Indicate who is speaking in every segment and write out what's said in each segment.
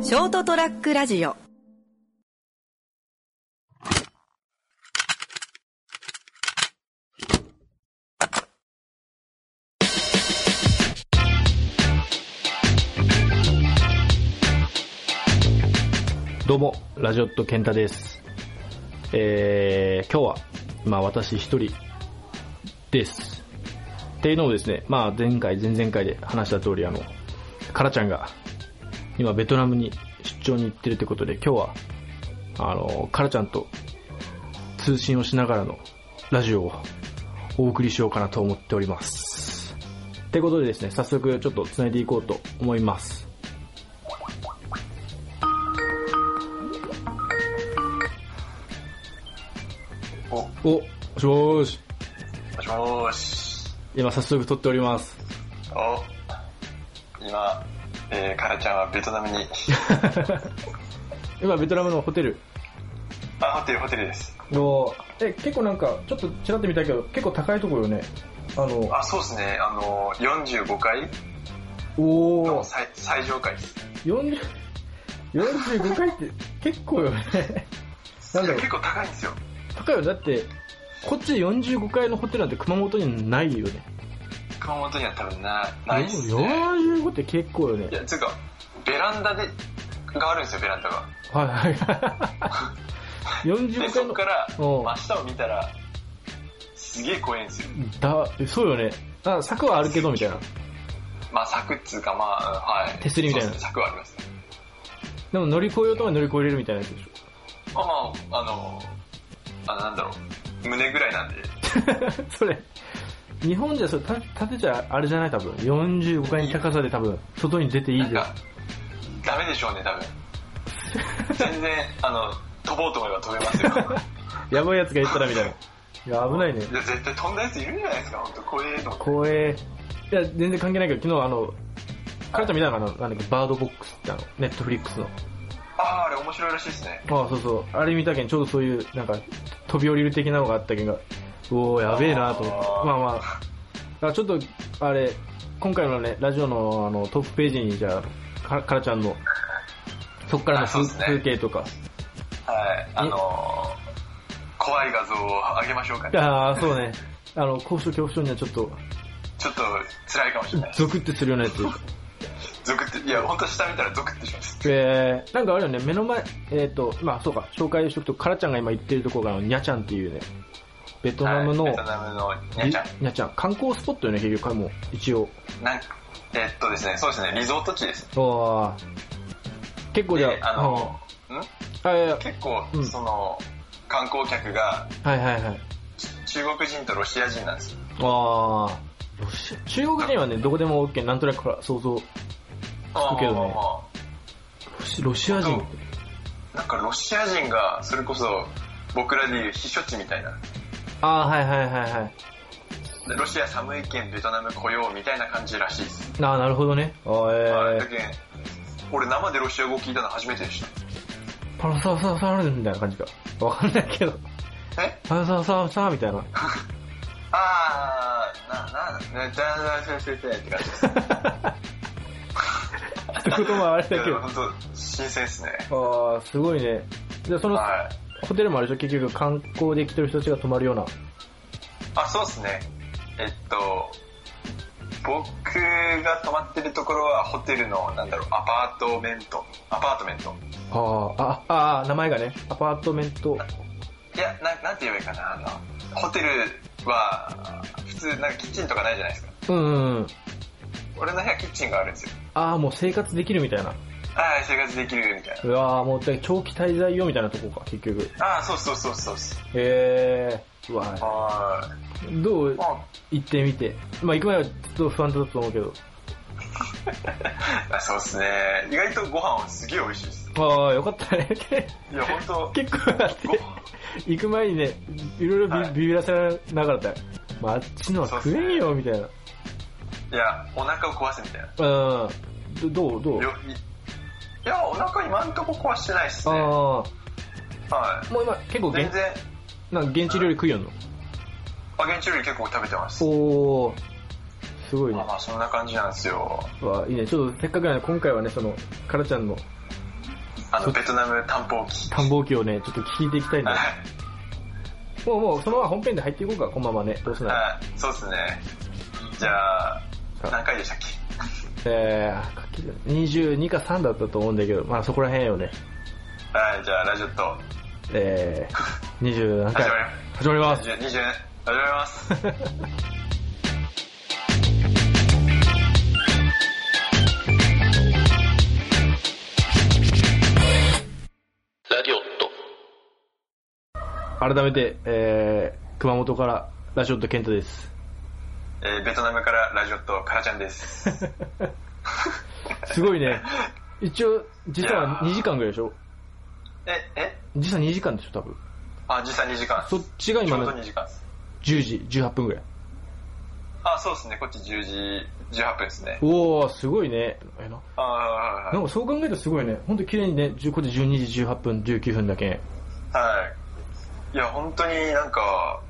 Speaker 1: ショートトラックラジオ
Speaker 2: どうも、ラジオット健太です。えー、今日は、まあ私一人です。っていうのをですね、まあ前回、前々回で話した通り、あの、カラちゃんが、今ベトナムに出張に行ってるということで、今日は、あの、カラちゃんと通信をしながらのラジオをお送りしようかなと思っております。ってことでですね、早速ちょっと繋いでいこうと思います。
Speaker 3: お、も
Speaker 2: お、もしもーし。
Speaker 3: しもーし。
Speaker 2: 今早速撮っております。
Speaker 3: お、今、えー、カラちゃんはベトナム に、
Speaker 2: 今ベトナムのホテル
Speaker 3: あ、ホテル、ホテルです。
Speaker 2: のえ結構なんかちょっとちらって見たけど結構高いところよねあの
Speaker 3: あ、そうですね、あの、45階
Speaker 2: お
Speaker 3: の
Speaker 2: お
Speaker 3: 最最上階です。
Speaker 2: 45回って結構よね なんだろう
Speaker 3: 結構高いんですよ。
Speaker 2: 高いよだってこっちで45階のホテルなんて熊本にないよね
Speaker 3: 熊本には多分な、ないっすね。
Speaker 2: 45って結構よ
Speaker 3: い
Speaker 2: ね
Speaker 3: や、つうか、ベランダで、があるんですよ、ベランダが。
Speaker 2: はいはい はい
Speaker 3: で、
Speaker 2: 45
Speaker 3: そ
Speaker 2: 階
Speaker 3: こ
Speaker 2: の
Speaker 3: から、
Speaker 2: うん
Speaker 3: 真下を見たら、すげえ怖いんですよ。
Speaker 2: だそうよねあ柵はあるけどみたいな
Speaker 3: まあ、柵っつうか、まあ、はい。
Speaker 2: 手すりみたいな
Speaker 3: そうっすね柵はありますね。
Speaker 2: でも乗り越えようとも乗り越えれるみたいなやつでしょ
Speaker 3: まあまあ、あの、あ、なんだろう、胸ぐらいなんで、
Speaker 2: それ、日本じゃそれた建てちゃあれじゃない多分。45階に高さで多分、外に出ていい
Speaker 3: なん
Speaker 2: じゃん
Speaker 3: か。、ダメでしょう ね、多分。全然、あの、飛ぼうと思えば飛べますよ。
Speaker 2: やばいやつが言ったらみたいな。いや、危ないね
Speaker 3: い。や、絶対飛んだやついるんじゃないですか、本当怖えと思って。
Speaker 2: 怖え。いや、全然関係ないけど、昨日あの、カルタ見たのかななんだっけ、バードボックスってあの、ネットフリックスの。
Speaker 3: ああ、あれ面白いらしいですね。
Speaker 2: ああ、そうそう。あれ見たけん、ちょうどそういう、なんか、飛び降りる的なのがあったけんが、おおやべえなと思って。
Speaker 3: あー
Speaker 2: まあまあ。だからちょっと、あれ、今回のね、ラジオのあのトップページに、じゃあ、かからちゃんの、そっからの
Speaker 3: あそう
Speaker 2: 風,、
Speaker 3: ですね
Speaker 2: 風景とか。
Speaker 3: はい。あの怖い画像を上げましょうかね。
Speaker 2: ああ、そうね。あの、高所恐怖症にはちょっと、
Speaker 3: ちょっと辛いかもしれない。
Speaker 2: ゾクってするようなやつ。
Speaker 3: ゾクって、いや、本当下見たらゾクってします。
Speaker 2: えー、なんかあるよね、目の前、えっ、と、まあそうか、紹介しとくと、カラちゃんが今行ってるとこが、あのニャちゃんっていうね、ベトナムの、
Speaker 3: はいベトナムのニャちゃん。
Speaker 2: ニャちゃん、観光スポットよね、結局、もう、一応。
Speaker 3: なんえっとですね、そうですね、リゾート地です。
Speaker 2: ああ。結構じゃ
Speaker 3: で
Speaker 2: あ、
Speaker 3: あのん
Speaker 2: うん、あいやいや
Speaker 3: 結構
Speaker 2: う、ん
Speaker 3: その、観光客が
Speaker 2: はいはいはい。
Speaker 3: 中国人とロシア人なんですよ。
Speaker 2: ああ。ロシア中国人はね、どこでも OK、なんとなくほら想像。ロくけどね
Speaker 3: まあまあまあまあ
Speaker 2: シロシア人って。
Speaker 3: なんかロシア人が、それこそ僕らでいう避暑地みたいな。
Speaker 2: ああ、はいはいはいはい。
Speaker 3: ロシア寒い県ベトナム来ようみたいな感じらしいです。
Speaker 2: ああ、なるほどね。ああ、え
Speaker 3: はい
Speaker 2: え
Speaker 3: だけん俺生でロシア語聞いたの初めてでし
Speaker 2: パラサーサーサーみたいな感じか。わかんないけど。
Speaker 3: た。え
Speaker 2: パラサーサーサーみたいな。
Speaker 3: あー、な、な、な、じゃあ、先生先生って感じです。
Speaker 2: 一言もあれだけ
Speaker 3: いやでも
Speaker 2: ど。
Speaker 3: 本当新鮮ですね。
Speaker 2: ああ、すごいね。じゃあその、
Speaker 3: はい。
Speaker 2: ホテルもあれでしょ、結局観光で来てる人たちが泊まるような。
Speaker 3: あ、そうですね。えっと、僕が泊まってるところはホテルの、なんだろう、アパートメント。アパートメント。
Speaker 2: ああ、ああー、名前がね、アパートメント。
Speaker 3: いや、ななんて言えばいいかな、あの、ホテルは、普通、なんかキッチンとかないじゃないですか。
Speaker 2: うんうんうん。
Speaker 3: 俺の部屋キッチンがあるんですよ。
Speaker 2: ああ、もう生活できるみたいな。
Speaker 3: はい、生活できるみたいう
Speaker 2: わーもうだから長期滞在よみたいなとこか、結局。
Speaker 3: な。ああ、そうそうそうそうそう。
Speaker 2: へえー。うわ
Speaker 3: は
Speaker 2: ど
Speaker 3: ーいうま
Speaker 2: 行ってみて。まあ行く前はちょっと不安だったと思うけど。
Speaker 3: あ。そうですね。意外とご飯はすげえ美味しいです。
Speaker 2: ああ、よかったね。
Speaker 3: いや、ほんと、
Speaker 2: 結構だって
Speaker 3: ご、
Speaker 2: 行く前にね、いろいろビ,、
Speaker 3: はい
Speaker 2: ビビらせながらだよ。まあ、あっちのは食えんよ、みたいな。
Speaker 3: いや、お腹を壊すみたいな。
Speaker 2: うん。どどうどう
Speaker 3: よいいや、お腹今んとこ壊してないっす
Speaker 2: あ
Speaker 3: ね。は
Speaker 2: あ
Speaker 3: い
Speaker 2: ー、。もう今結構
Speaker 3: 全
Speaker 2: 現
Speaker 3: 然、
Speaker 2: なんか現地料理食いよんの。
Speaker 3: あ、現地料理結構食べてます。
Speaker 2: おー、すごいね
Speaker 3: まあ。まあ、そんな感じなんですよ。
Speaker 2: わあいいね。ちょっとせっかくなんで今回はね、その、カラちゃんの
Speaker 3: あの、ベトナム探訪機。
Speaker 2: 探訪記をね、ちょっと聞いていきたいんで
Speaker 3: は。
Speaker 2: もうもう、そのまま本編で入っていこうか、このままね。どうせ
Speaker 3: い。
Speaker 2: なら。
Speaker 3: はい。そうですね。じゃあ、何回でしたっけ
Speaker 2: えー書き、22か3だったと思うんだけど、まあそこら辺よね。
Speaker 3: はい、じゃあ、ラジオット、
Speaker 2: え ー、20何回
Speaker 3: 始まるよ
Speaker 2: 始まります。
Speaker 3: 20、20、始まり ます。
Speaker 2: 改めて、えー、熊本からラジオット健太 です。
Speaker 3: えー、ベトナムからラジオット、カラちゃん です。
Speaker 2: すごいね。一応、時差はい
Speaker 3: やー
Speaker 2: 2時間ぐらいでしょ
Speaker 3: え、え
Speaker 2: 時差2時間でしょ、多分。
Speaker 3: あ、時差2時間。
Speaker 2: そっちが
Speaker 3: ち
Speaker 2: 今
Speaker 3: ょうど
Speaker 2: の
Speaker 3: 2時間です。
Speaker 2: 10時18分ぐらい。
Speaker 3: あ、そうですね。こっち10時18分ですね。
Speaker 2: おー、すごいね。えな
Speaker 3: あはい
Speaker 2: なんかそう考えるとすごいね。ほんと綺麗にね、10こっち12時18分、19分だけ。
Speaker 3: はいはい。いや、本当になんか、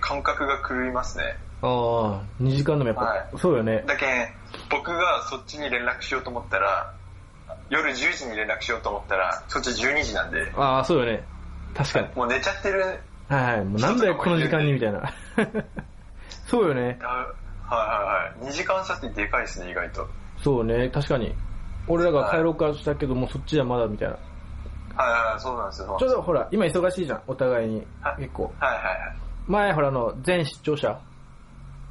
Speaker 3: 感覚が狂いますね。
Speaker 2: あー、2時間でもやっぱ、
Speaker 3: はい
Speaker 2: そうよね。
Speaker 3: だけん、僕がそっちに連絡しようと思ったら、夜10時に連絡しようと思ったら、そっち12時なんで、
Speaker 2: あー、そうよね。確かに。
Speaker 3: もう寝ちゃってる。
Speaker 2: はい はい。もうなんだよ、この時間に、みたいな。 そうよね。
Speaker 3: あはいはいはい。2時間差ってでかいですね、意外と。はい
Speaker 2: そうね、確かに。俺らが帰ろうかしたけど、もうそっちはまだ、みたいな。
Speaker 3: はいはい、そうなんですよ。
Speaker 2: ちょうどほら、今忙しいじゃん、お互いに
Speaker 3: は。い
Speaker 2: 結構。
Speaker 3: はいはい
Speaker 2: 前ほら、あの、全視聴者
Speaker 3: は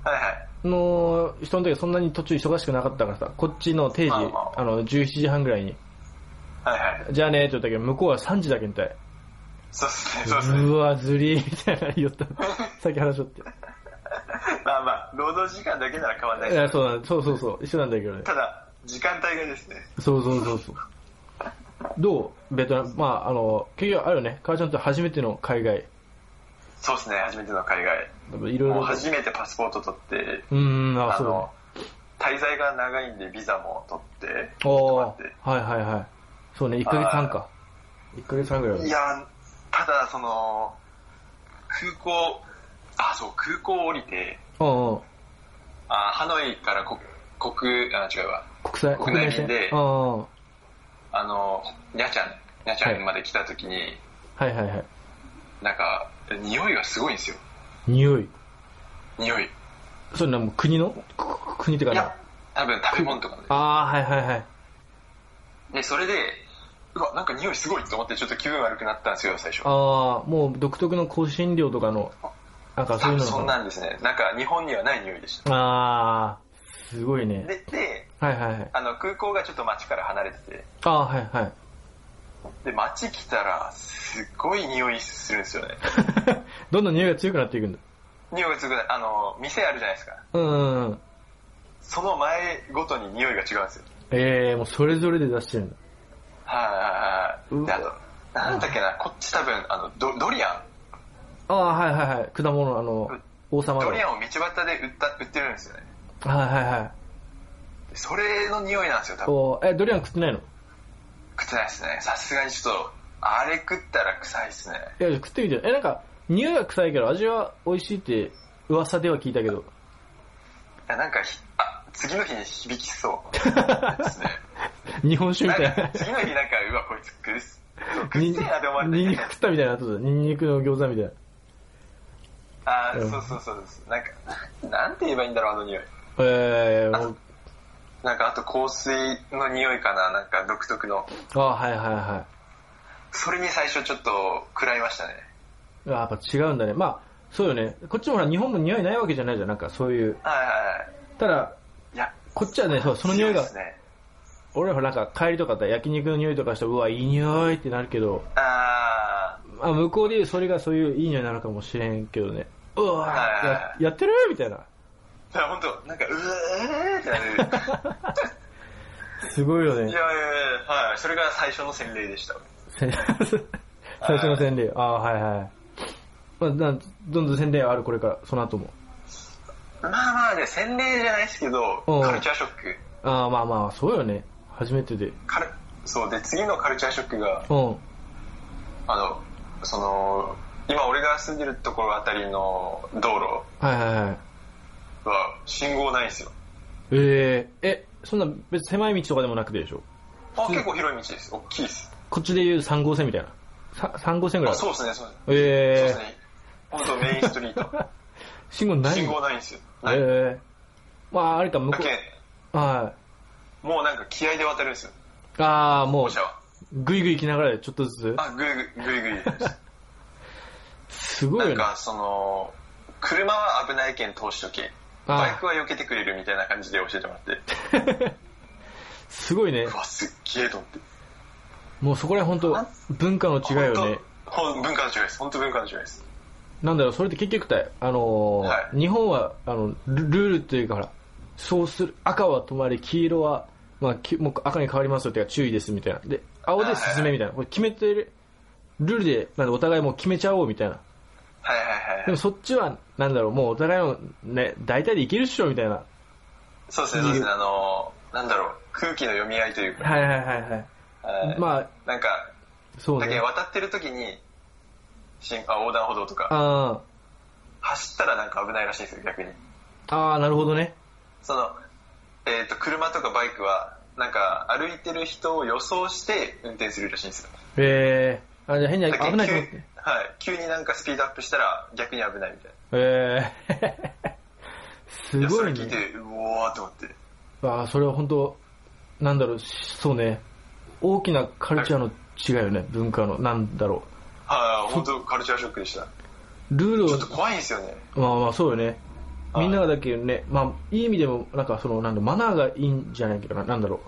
Speaker 3: い。はいはい。
Speaker 2: の人の時はそんなに途中忙しくなかったからさ、こっちの定時、
Speaker 3: まあまあまあ
Speaker 2: あの、17時半ぐらいに、
Speaker 3: はいはい。
Speaker 2: じゃあねって言ったけど、向こうは3時だけんたい。
Speaker 3: そうですね、そうですね。
Speaker 2: うわ、ずりーみたいな言おった。 さっき話しと って。
Speaker 3: まあまあ、労働時間だけなら変わんない
Speaker 2: い
Speaker 3: で
Speaker 2: や、
Speaker 3: す。
Speaker 2: そうなんそうそうそう、一緒なんだけどね。
Speaker 3: ただ、時間帯がですね。
Speaker 2: そうそうそうそう。どうベトナム、まああの、結局あるよね、母ちゃんと初めての海外、
Speaker 3: そうですね、初めての海外。
Speaker 2: いろい
Speaker 3: もう
Speaker 2: ろ。
Speaker 3: 初めてパスポート取って、
Speaker 2: うーん、あ、
Speaker 3: あ
Speaker 2: そうだね
Speaker 3: の。、滞在が長いんでビザも取って、
Speaker 2: おー
Speaker 3: ちょっと待
Speaker 2: はいはいはい。そうね、1ヶ月半か。1ヶ月半ぐらい
Speaker 3: っ
Speaker 2: だ
Speaker 3: て。い
Speaker 2: ね。
Speaker 3: や、ただ、その、空港、あ、そう、空港降りて、
Speaker 2: うんうん。
Speaker 3: あハノイから国、国、あ、違うわ、
Speaker 2: 国際、
Speaker 3: 国内便で
Speaker 2: うんうん。は
Speaker 3: あの、ニャチャン、ニャチャ
Speaker 2: はい
Speaker 3: ンまで来た時に、
Speaker 2: いはいはい。
Speaker 3: なんか、匂いがすごいんですよ。
Speaker 2: 匂い。
Speaker 3: 匂い。
Speaker 2: それな、もう国のく国ってか
Speaker 3: い
Speaker 2: な
Speaker 3: や。、多分食べ物とかね。
Speaker 2: あー、はいはいはい。
Speaker 3: で、それで、うわ、なんか匂いすごいと思ってちょっと気分悪くなったんですよ、最初。
Speaker 2: あー、もう独特の香辛料とかの、なんかそういうの
Speaker 3: そ
Speaker 2: か
Speaker 3: ん
Speaker 2: な。
Speaker 3: なんですね。なんか日本にはない匂いでし
Speaker 2: あー、すごい
Speaker 3: た。
Speaker 2: ね。
Speaker 3: で、で、
Speaker 2: はいはいはい。
Speaker 3: あの、空港がちょっと街から離れてて、
Speaker 2: あー、はいはい。
Speaker 3: で、街来たら、すっごい匂いするんですよね。
Speaker 2: どんどん匂いが強くなっていくんだ。
Speaker 3: 匂いがすごい、あの、店あるじゃないですか。
Speaker 2: うんうんうん。
Speaker 3: その前ごとに匂いが違うんですよ。
Speaker 2: えー、もうそれぞれで出してるんだ。
Speaker 3: はいはいはい。で、あ
Speaker 2: う
Speaker 3: と、なんだっけな、こっち多分、あの、ドドリア
Speaker 2: あー、はいはいはい。果物、あの、王
Speaker 3: ン、
Speaker 2: 様の。
Speaker 3: ド
Speaker 2: はい
Speaker 3: リアンを道端で売った売ってるんですよね。
Speaker 2: はいはい。
Speaker 3: でそれの匂いなんですよ、多分。
Speaker 2: おーえ、ドリアン食ってないの
Speaker 3: 食ってないですね。さすがにちょっと、あれ食ったら臭いですね。
Speaker 2: いや、食ってみてよ。え、なんか、匂いは臭いけど味は美味しいって噂では聞いたけど。
Speaker 3: いや、なんかひ、あ、次の日に響きそう。ですね。
Speaker 2: 日本酒み
Speaker 3: な
Speaker 2: た
Speaker 3: ん
Speaker 2: い
Speaker 3: か
Speaker 2: な、。
Speaker 3: 次の日なんか、うわ、こいつ食うっす。食
Speaker 2: に
Speaker 3: ってえなって思われ
Speaker 2: ニンニ
Speaker 3: て
Speaker 2: ク。食ったみたいな後だ。ニンニクの餃子みたいな。
Speaker 3: あ
Speaker 2: う
Speaker 3: ー
Speaker 2: ん
Speaker 3: そうそうそうです。なんか、なんて言えばいいんだろう、あの匂い。
Speaker 2: えー、もう
Speaker 3: なんか、あと香水の匂いかな、なんか独特の。
Speaker 2: あはいはいは
Speaker 3: それに最初ちょっと食らいましたね。
Speaker 2: い。あやっぱ違うんだね。まあ、そうよね。こっちもほら、日本も匂いないわけじゃないじゃん。なんかそういう。
Speaker 3: はいはいはい。
Speaker 2: ただ、
Speaker 3: いや、
Speaker 2: こっちはね、そうその匂い
Speaker 3: 強
Speaker 2: が、
Speaker 3: ですね。
Speaker 2: 俺らほらなんか帰りとかだったら焼肉の匂いとかして、うわ、いい匂いってなるけど、
Speaker 3: あ
Speaker 2: まあ、向こうで言うそれがそういういい匂いなのかもしれんけどね。うわ
Speaker 3: はいはい
Speaker 2: や
Speaker 3: は
Speaker 2: やってるみたいな。
Speaker 3: ー、いや、ほんと、なんか、うえーってな る。
Speaker 2: すごいよね。
Speaker 3: いやいやいや、はい。それが最初の洗礼でした。
Speaker 2: せ 最初の洗礼。ああー、はいはい。まあ、なんどんどん洗礼はある、これから、その後も。
Speaker 3: まあまあね、洗礼じゃないですけど、
Speaker 2: うん
Speaker 3: カルチャーショック。
Speaker 2: ああ、まあまあ、そうよね。初めてで。
Speaker 3: カルそうで次のカルチャーショックが
Speaker 2: うん。
Speaker 3: あのその今俺が住んでるところあたりの道
Speaker 2: はいはいはい。
Speaker 3: 路は信号ないんですよ
Speaker 2: えええ、そんな別に狭い道とかでもなくてでしょ
Speaker 3: あ結構広い道です大きいです
Speaker 2: こっちで言う3号線みたいな。さ3号線ぐら
Speaker 3: あ
Speaker 2: いある。
Speaker 3: そうですね、そうですね。そうで
Speaker 2: え
Speaker 3: すね。本当メインストリー ト。
Speaker 2: ー、信号ない
Speaker 3: 信号ないんですよ。ない
Speaker 2: えー、まあ、あれか、向
Speaker 3: だ
Speaker 2: こ
Speaker 3: け
Speaker 2: う。は
Speaker 3: もうなんか気合で渡るんですよ、
Speaker 2: い。ああ、もう
Speaker 3: 校、舎は。
Speaker 2: ぐいぐい行きながらちょっとず
Speaker 3: あ、ぐいぐい、ぐいぐいです。
Speaker 2: つ。すご
Speaker 3: ないん
Speaker 2: よね。
Speaker 3: か、その、車は危ないけん通しとけ。
Speaker 2: あー
Speaker 3: バイクは避けてくれるみたいな感じで教えてもらって。
Speaker 2: すごいね
Speaker 3: う。わ、すっげえと思って。
Speaker 2: もうそこら辺本当文化の違いよね。
Speaker 3: ほんと。ほん文化の違いです。本当文化の違いです。
Speaker 2: なんだろう、それって結局だよ。あのー
Speaker 3: はい
Speaker 2: 日本は、あの、ルルールというかほら、そうする、赤は止まり、黄色は、まあ、きもう赤に変わりますよっていうか注意ですみたいな。で、青で進めみたいな。これ決めてる、ルールで、なんでお互いもう決めちゃおうみたいな。
Speaker 3: はいはいはい
Speaker 2: で
Speaker 3: は
Speaker 2: も
Speaker 3: い。
Speaker 2: そっちは、なんだろう、もうお互いのね、大体でいけるっしょみたいな。
Speaker 3: そうですね、そうですね。あの、なんだろう、空気の読み合いというか。
Speaker 2: はいはいはいはい。
Speaker 3: はい
Speaker 2: まあ、
Speaker 3: なんか、
Speaker 2: そう
Speaker 3: だけ
Speaker 2: ね
Speaker 3: ど。渡ってる時に、新あ横断歩道とか、
Speaker 2: あ
Speaker 3: 走ったらなんか危ないらしいんですよ、逆に。
Speaker 2: ーあー、なるほどね。
Speaker 3: その、えっ、と、車とかバイクは、なんか、歩いてる人を予想して運転するらしいんですよ。
Speaker 2: えー、あじゃあ変に
Speaker 3: だけど
Speaker 2: 危ないと
Speaker 3: 急
Speaker 2: 思
Speaker 3: に
Speaker 2: って。
Speaker 3: はい。急になんかスピードアップしたら逆に危ないみたい
Speaker 2: えー、 す
Speaker 3: な。いや、そ
Speaker 2: ご
Speaker 3: れ
Speaker 2: い
Speaker 3: 聞い
Speaker 2: ね。
Speaker 3: て、うおーと思って。
Speaker 2: ああ、それは本当なんだろう、そうね。大きなカルチャーの違いよね、文化の。なんだろ
Speaker 3: はい、本当カルチャーショックでした。
Speaker 2: う。ルール
Speaker 3: ちょ
Speaker 2: を
Speaker 3: っと、怖いんですよね。
Speaker 2: まあまあそうよね。
Speaker 3: はい
Speaker 2: みんながだけどね、まあ、いい意味でも、なんかその、なんだ、マナーがいいんじゃないけどな、なんだろ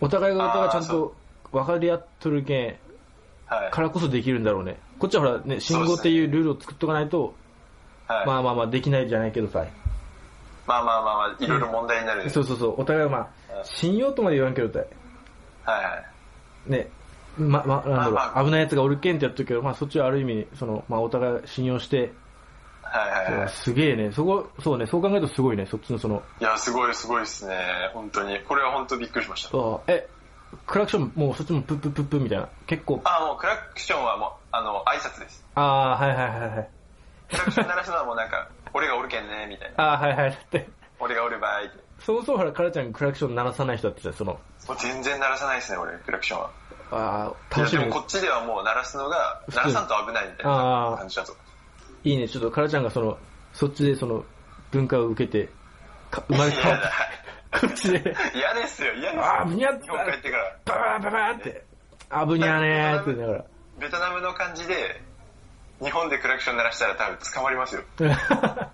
Speaker 2: う。お互いがお互いちゃん
Speaker 3: あーそ
Speaker 2: と分かり合っとるけん、
Speaker 3: はい。
Speaker 2: からこそできるんだろうね。こっちはほら、ね、信号っていうルールを作っとかないと、
Speaker 3: はい、
Speaker 2: ま
Speaker 3: まあ
Speaker 2: あまあまあ、できないじゃないけどさ。
Speaker 3: まあまあまあ、いろいろ問題になる。
Speaker 2: そうそうそう、お互いはまあ、信用とまで言わんけどさ。
Speaker 3: はいはい。
Speaker 2: ね、ま、ま、なんだろう、
Speaker 3: まあまあ
Speaker 2: 危ないやつがおるけんってやっとるけど、まあそっちはある意味、その、まあお互い信用して、
Speaker 3: はいはいはい。
Speaker 2: すげえね、そこ、そうね、そう考えるとすごいね、そっちのその、
Speaker 3: いや、すごいすごいですね。本当に。これは本当びっくりしました。
Speaker 2: あえ、クラクションもうそっちもプップップップみたいな、結構、
Speaker 3: あ、もうクラクションはもう、あの、挨拶です。
Speaker 2: あー、はいはいはいはい。
Speaker 3: クラクション鳴らすのはもうなんか、 俺がおるけんね、みたいな。
Speaker 2: あー、はいはい、だって、
Speaker 3: 俺がおる場合って。
Speaker 2: そもそもほら、カラちゃんクラクション鳴らさない人だってさ、その、
Speaker 3: もう全然鳴らさないですね、俺、クラクションは。
Speaker 2: あー、
Speaker 3: いや
Speaker 2: 楽し
Speaker 3: で
Speaker 2: み
Speaker 3: も。こっちではもう鳴らすのが、
Speaker 2: 通
Speaker 3: 鳴らさんと危ないみたいな感じだと。
Speaker 2: いいね、ちょっとカラちゃんがその、そっちでその、文化を受けて、か生まれ変わっ
Speaker 3: い
Speaker 2: た。こっちで、
Speaker 3: や嫌ですよ、嫌ですよ。
Speaker 2: あー、ぶにゃっ
Speaker 3: 日本帰ってから、
Speaker 2: ババババーって、あぶにゃねーって言いながら。
Speaker 3: ベトナムの感じで、日本でクラクション鳴らしたら多分捕まりますよ。
Speaker 2: は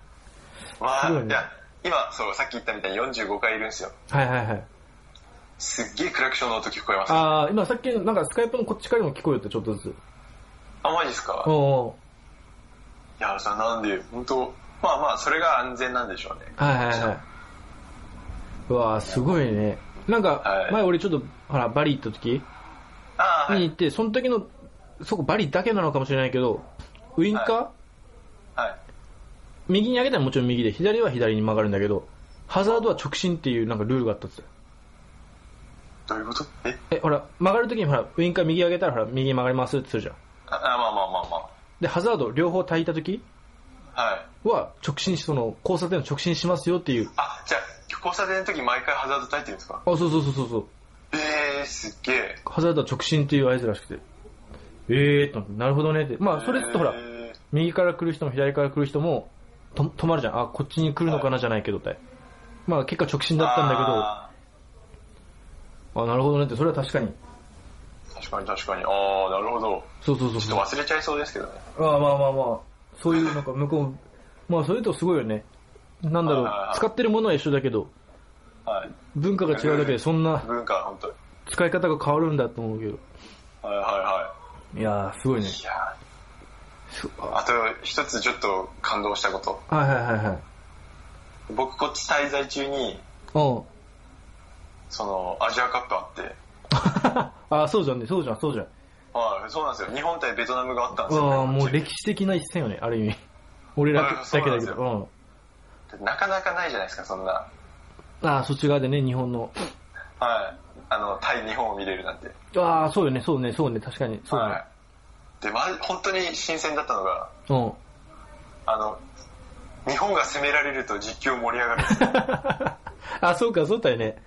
Speaker 3: わあ、
Speaker 2: すごい
Speaker 3: い
Speaker 2: ね
Speaker 3: や、今、そう、さっき言ったみたいに45回いるんですよ。
Speaker 2: い はいはい。
Speaker 3: すっげえクラクションの音聞こえます。あ、
Speaker 2: ああ、今さっき、なんかスカイプのこっちからも聞こえてちょっとずつ。
Speaker 3: マジですか
Speaker 2: おうお
Speaker 3: いや、それなんで、本当まあまあ、それが安全なんでしょうね。
Speaker 2: う。はいはいはい。うわーすごいね。なんか
Speaker 3: は、い
Speaker 2: 前俺ちょっと、ほら、バリ行った時
Speaker 3: ああ、は
Speaker 2: に
Speaker 3: い。
Speaker 2: 行って、その時の、そこバリだけなのかもしれないけど、ウインカー、
Speaker 3: はい。
Speaker 2: 右に上げたらもちろん右で、左は左に曲がるんだけど、ハザードは直進っていうなんかルールがあったっつって
Speaker 3: どういうことえ
Speaker 2: え、ほら、曲がる時にほら、ウインカー右上げたらほら、右に曲がりますってするじゃん。
Speaker 3: あ、あまあまあまあま
Speaker 2: で、ハザード両方焚いた時
Speaker 3: あ。はい。
Speaker 2: は、直進し、その、交差点を直進しますよっていう。
Speaker 3: あ、じゃあ、交差点の時毎回ハザード焚いてるんですか
Speaker 2: あ、そうそうそうそうそう。
Speaker 3: えー、すっげえ。
Speaker 2: ハザードは直進っていう合図らしくて。ええー、と、なるほどねって。まあ、それってほら、
Speaker 3: え
Speaker 2: 右から来る人も左から来る人も、と止まるじゃん。あ、こっちに来るのかなじゃないけどって。まあ、結果直進
Speaker 3: ー
Speaker 2: だったんだけど、
Speaker 3: あ
Speaker 2: あ、なるほどねって、それは確かに。
Speaker 3: ー確かに確かに。ああ、なるほど。
Speaker 2: そうそうそう
Speaker 3: ち
Speaker 2: そ
Speaker 3: ょ
Speaker 2: う。
Speaker 3: っと忘れちゃいそうですけどね。
Speaker 2: ああまあまあまあ、そういうなんか向こう、まあ、それとすごいよね。なんだろう
Speaker 3: はいはいは、い
Speaker 2: 使ってるものは一緒だけど、
Speaker 3: はい。
Speaker 2: 文化が違うだけでそんな
Speaker 3: 文化は本当に。
Speaker 2: 使い方が変わるんだと思うけど。
Speaker 3: はいはいはい
Speaker 2: やー、すごいね。
Speaker 3: い。いや
Speaker 2: す
Speaker 3: ー
Speaker 2: あ
Speaker 3: あと一つちょっと感動したこと。
Speaker 2: はいはいはいはい。
Speaker 3: 僕こっち滞在中に、
Speaker 2: うん。
Speaker 3: その、アジアカップあって、
Speaker 2: ああ、そうじゃんね、そうじゃん、そうじゃん。
Speaker 3: はい、そうなんですよ。日本対ベトナムがあったんですよ。
Speaker 2: ああ、もう
Speaker 3: こっ
Speaker 2: 歴史的な一戦よね、ある意味。俺ら
Speaker 3: あ
Speaker 2: だ
Speaker 3: そう
Speaker 2: け
Speaker 3: なん
Speaker 2: だ
Speaker 3: で
Speaker 2: け
Speaker 3: す
Speaker 2: ど。
Speaker 3: ちなかなかないじゃないですか、そんな。
Speaker 2: うん。ああ、そっち側でね、日本の。
Speaker 3: はい。あの、対日本を見れるなんて。
Speaker 2: ああ、そうよね、そうね、そうね、確かに。そうね。
Speaker 3: はい。で、ま、本当に新鮮だったのが、
Speaker 2: うん。
Speaker 3: あの、日本が攻められると実況盛り上がる んですよ。
Speaker 2: あ、そうか、そうだよね。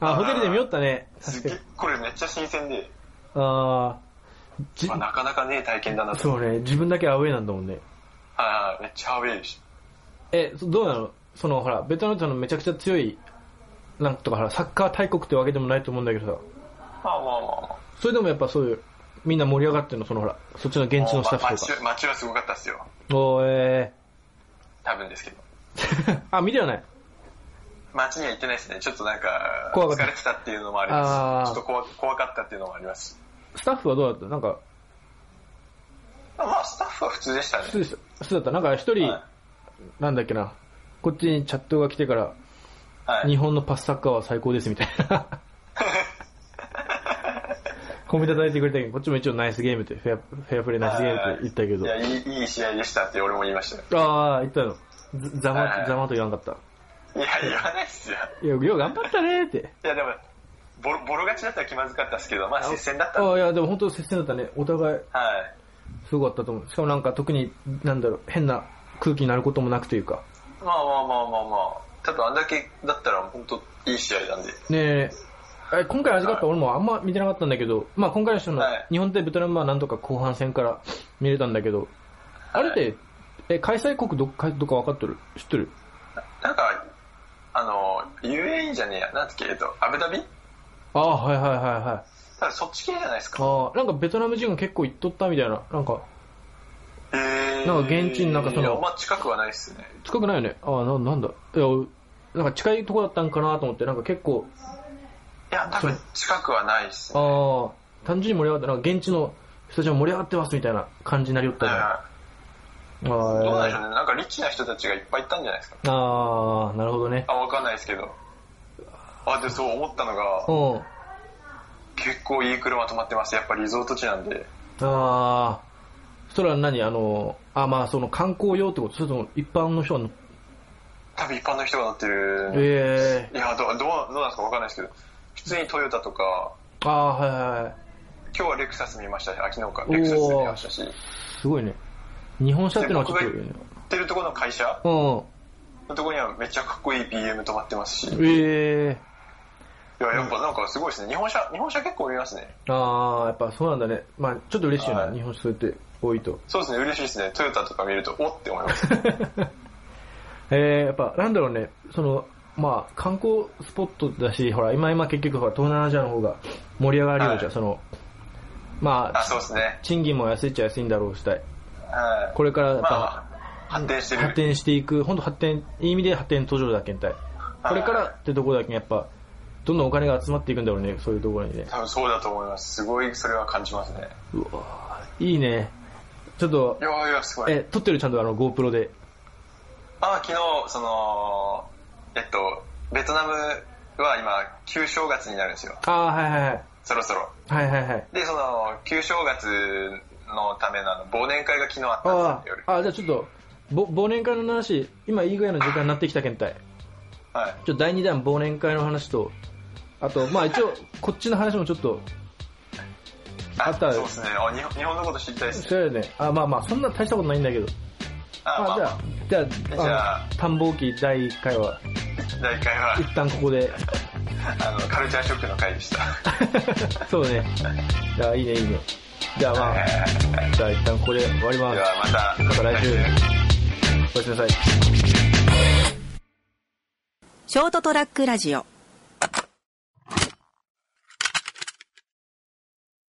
Speaker 2: ああ、ホテルで見よったね。
Speaker 3: す
Speaker 2: 確か
Speaker 3: っげ
Speaker 2: に
Speaker 3: え。これめっちゃ新鮮で、
Speaker 2: あーじ
Speaker 3: まあ、なかなかね、体験だなと。
Speaker 2: そうね、自分だけアウェーなんだもんね。
Speaker 3: はいはい、めっちゃアウェイでし
Speaker 2: え、そどうなのそのほら、ベトナムとのめちゃくちゃ強い、なんとかほら、サッカー大国ってわけでもないと思うんだけどさ、
Speaker 3: た。まあまあまあまあ。
Speaker 2: それでもやっぱそういう、みんな盛り上がってるの、そのほら、そっちの現地のスタッフとか。
Speaker 3: 街街はすごかったっすよ。
Speaker 2: おーえ
Speaker 3: 多分ですけど。
Speaker 2: ー、 あ、見てはない。
Speaker 3: 街には行ってないですね。ちょっとなんか、
Speaker 2: 怖かった
Speaker 3: 疲れてたっていうのもあり
Speaker 2: あー
Speaker 3: ますし。ちょっと怖怖かったっていうのもありますし。
Speaker 2: スタッフはどうだったなんか、
Speaker 3: まあまあ、スタッフは普通でしたね
Speaker 2: 普。通でした普通だった。なんか一人、
Speaker 3: は
Speaker 2: なんだっけな、こっちにチャットが来てから、
Speaker 3: はい。
Speaker 2: 日本のパスサッカーは最高ですみたい な。コメント叩いてくれたけど、こっちも一応ナイスゲームって、フェアフェアプレーナイスゲームって言ったけど
Speaker 3: い。やいい、いい試合でしたって俺も言いましたよ。
Speaker 2: ああ、言ったの。ざざ
Speaker 3: はいは
Speaker 2: ま、
Speaker 3: い
Speaker 2: ざまと言わんかった。
Speaker 3: いや、言わないっすよ。
Speaker 2: いや、よう頑張ったねーって。
Speaker 3: いや、でも、ボロ、ボロ勝ちだったら気まずかったっすけど、まあ、接戦だったんで。
Speaker 2: ああ、いや、でも本当接戦だったね。お互い、
Speaker 3: はい。
Speaker 2: すごかったと思う。しかもなんか特に、なんだろう、変な空気になることもなくというか。
Speaker 3: まあまあまあまあまあ。ただあんだけだったら本当いい試合なんで。
Speaker 2: ねえ、え今回味わった俺もあんま見てなかったんだけど、まあ今回の人の
Speaker 3: はい
Speaker 2: 日本対ベトナムはなんとか後半戦から見れたんだけど、あれって、え、開催国どっか、どっか分かっとる知っとる
Speaker 3: なんか、あの、UAE じゃねえや。なんてっけ、えっと、アブダビ
Speaker 2: ああ、はいはいはいはい。
Speaker 3: ただそっち系じゃないですか。
Speaker 2: ああ、なんかベトナム人が結構行っとったみたいな、なんか、
Speaker 3: えー
Speaker 2: なんか現地になんかその
Speaker 3: いや、まあ近くはないっすね。
Speaker 2: 近くないよね。ああ、ななんだ。いや、なんか近いとこだったんかなと思って、なんか結構、
Speaker 3: いや、多分近くはないっすね。
Speaker 2: ああ、単純に盛り上がった、なんか現地の人たちも盛り上がってますみたいな感じになりよったじゃん。あ
Speaker 3: はい
Speaker 2: あ
Speaker 3: どうなんでしょうね。なんかリッチな人たちがいっぱいいたんじゃないですか。
Speaker 2: ああ、なるほどね。
Speaker 3: あ、わかんないですけど。あ、で、そう思ったのが
Speaker 2: う、ん。
Speaker 3: 結構いい車止まってます。やっぱリゾート地なんで。
Speaker 2: ああ、それは何あの、あ、まあその観光用ってことそれとも一般の人は乗っ、
Speaker 3: 多分一般の人が乗ってる。
Speaker 2: ええ
Speaker 3: いや、どう、どう、どうなんですかわかんないですけど。普通にトヨタとか、
Speaker 2: ああ、はいはいはい。
Speaker 3: 今日はレクサス見ましたし、あ、昨日か。
Speaker 2: おー
Speaker 3: レクサス見ましたし。売
Speaker 2: すごいね。日本車ってのはちょっと、
Speaker 3: でってるところの会社のところにはめっちゃかっこいい BM 止まってますし。い
Speaker 2: うん。ええ
Speaker 3: や、やっぱなんかすごいですね。日本車、日本車結構見ますね。
Speaker 2: ああ、やっぱそうなんだね。まあちょっと嬉しいよ
Speaker 3: は
Speaker 2: ね。
Speaker 3: い
Speaker 2: 日本車そうやって多いと。
Speaker 3: そうですね、嬉しいですね。トヨタとか見ると、おって思い ます。
Speaker 2: ええやっぱなんだろうね。その、まあ観光スポットだし、ほら、今今結局ほら、東南アジアの方が盛り上がるようじゃん、
Speaker 3: はい
Speaker 2: その、ま
Speaker 3: あ、
Speaker 2: あ、
Speaker 3: そうですね。
Speaker 2: 賃金も安いっちゃ安いんだろうしたい。
Speaker 3: はい。
Speaker 2: これからやっぱ、
Speaker 3: まあ、発展してる。
Speaker 2: 発展していく、本当発展、いい意味で発展途上だけんたい。これからってとこだけんやっぱ、どんどんお金が集まっていくんだろうね、そういうところにね。
Speaker 3: 多分そうだと思います。すごい、それは感じますね。
Speaker 2: うわぁいいね。ちょっと
Speaker 3: い、やいや、すごい。
Speaker 2: え、撮ってるちゃんとあの GoPro で。
Speaker 3: あ、昨日、その、えっと、ベトナムは今、旧正月になるんですよ。
Speaker 2: ああ、はいはいはい。
Speaker 3: そろそろ。
Speaker 2: はいはいはい。
Speaker 3: で、その、旧正月のためのあの忘年会が昨日あったん
Speaker 2: あ
Speaker 3: ですよ、
Speaker 2: あ、あーじゃあちょっと、ぼ忘年会の話、今いいぐらいの時間になってきたけんたい。
Speaker 3: 夜。はい。
Speaker 2: ちょっと第2弾忘年会の話と、あと、まあ一応、こっちの話もちょっと、あった
Speaker 3: そうですね。あ日本日本のこと知りたいです
Speaker 2: そ
Speaker 3: ね。
Speaker 2: うやね。あ、まあまあ、そんな大したことないんだけど。
Speaker 3: あ、ま
Speaker 2: あ
Speaker 3: あ、
Speaker 2: じ
Speaker 3: ま
Speaker 2: ゃ
Speaker 3: あ
Speaker 2: あ、、じゃあ、
Speaker 3: じゃあ
Speaker 2: の探訪期第1回は、
Speaker 3: 第1回は
Speaker 2: 一、旦ここで。
Speaker 3: あの、カルチャーショックの回でした。
Speaker 2: そうね。じゃあ、いいね、いいね。じゃ あ、まあ、じゃあ一旦ここで終わりま。
Speaker 3: ですは、また、
Speaker 2: また来週おやすみなさい。
Speaker 1: ショートトラックラジオ